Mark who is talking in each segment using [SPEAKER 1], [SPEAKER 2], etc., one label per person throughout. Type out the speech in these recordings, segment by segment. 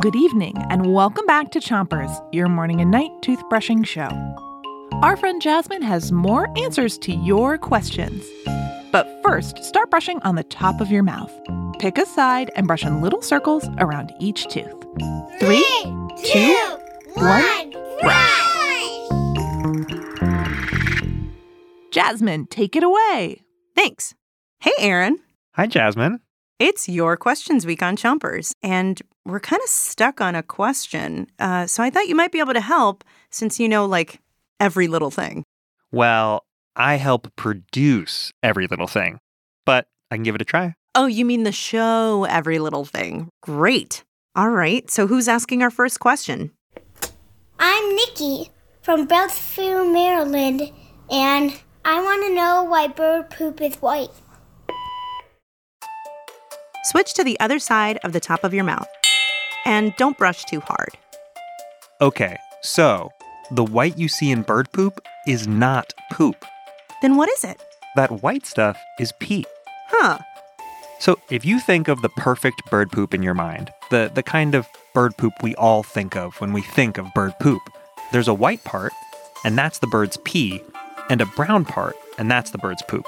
[SPEAKER 1] Good evening, and welcome back to Chompers, your morning and night toothbrushing show. Our friend Jasmine has more answers to your questions. But first, start brushing on the top of your mouth. Pick a side and brush in little circles around each tooth. Three, two, one,
[SPEAKER 2] brush.
[SPEAKER 1] Jasmine, take it away.
[SPEAKER 3] Thanks. Hey, Aaron.
[SPEAKER 4] Hi, Jasmine.
[SPEAKER 3] It's your questions week on Chompers, and we're kind of stuck on a question. Uh, so I thought you might be able to help since you know, like, every little thing.
[SPEAKER 4] Well, I help produce every little thing, but I can give it a try.
[SPEAKER 3] Oh, you mean the show, every little thing. Great. All right. So who's asking our first question?
[SPEAKER 2] I'm Nikki from Beltsville, Maryland, and I want to know why bird poop is white.
[SPEAKER 3] Switch to the other side of the top of your mouth, and don't brush too hard.
[SPEAKER 4] Okay, so the white you see in bird poop is not poop.
[SPEAKER 3] Then what is it?
[SPEAKER 4] That white stuff is pee.
[SPEAKER 3] Huh.
[SPEAKER 4] So if you think of the perfect bird poop in your mind, the, the kind of bird poop we all think of when we think of bird poop, there's a white part, and that's the bird's pee, and a brown part, and that's the bird's poop.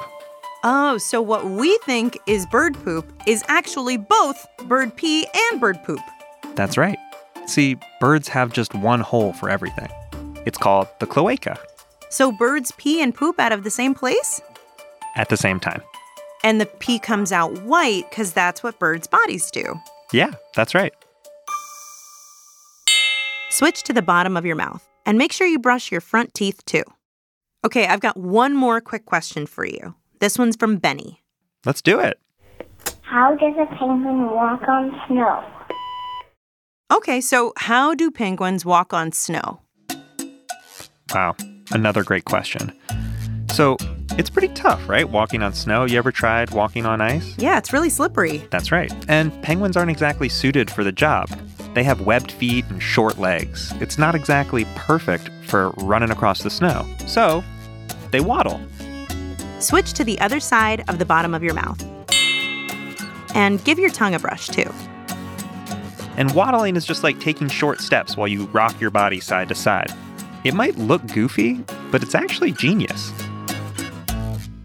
[SPEAKER 3] Oh, so what we think is bird poop is actually both bird pee and bird poop.
[SPEAKER 4] That's right. See, birds have just one hole for everything. It's called the cloaca
[SPEAKER 3] So birds pee and poop out of the same place?
[SPEAKER 4] at the same time.
[SPEAKER 3] And the pee comes out white because that's what birds' bodies do.
[SPEAKER 4] Yeah, that's right.
[SPEAKER 3] Switch to the bottom of your mouth and make sure you brush your front teeth too. Okay, I've got one more quick question for you. This one's from Benny.
[SPEAKER 4] Let's do it.
[SPEAKER 2] How does a penguin walk on snow?
[SPEAKER 3] Okay, so how do penguins walk on snow?
[SPEAKER 4] Wow, another great question. So, it's pretty tough, right? Walking on snow. You ever tried walking on ice?
[SPEAKER 3] Yeah, it's really slippery.
[SPEAKER 4] That's right. And penguins aren't exactly suited for the job. They have webbed feet and short legs. It's not exactly perfect for running across the snow. So, they waddle.
[SPEAKER 3] Switch to the other side of the bottom of your mouth. And give your tongue a brush too.
[SPEAKER 4] And waddling is just like taking short steps while you rock your body side to side. It might look goofy, but it's actually genius.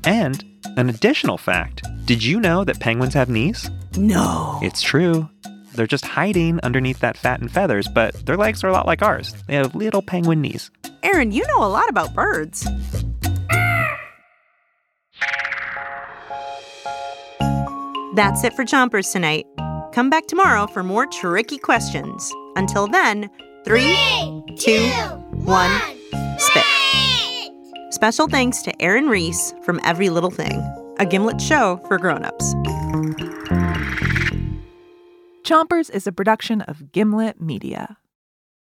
[SPEAKER 4] And an additional fact did you know that penguins have knees?
[SPEAKER 3] No.
[SPEAKER 4] It's true. They're just hiding underneath that fat and feathers, but their legs are a lot like ours. They have little penguin knees.
[SPEAKER 3] Aaron, you know a lot about birds. That's it for Chompers tonight. Come back tomorrow for more tricky questions. Until then, three, two, one, spit. Special thanks to Aaron Reese from Every Little Thing, a Gimlet show for grown-ups.
[SPEAKER 1] Chompers is a production of Gimlet Media.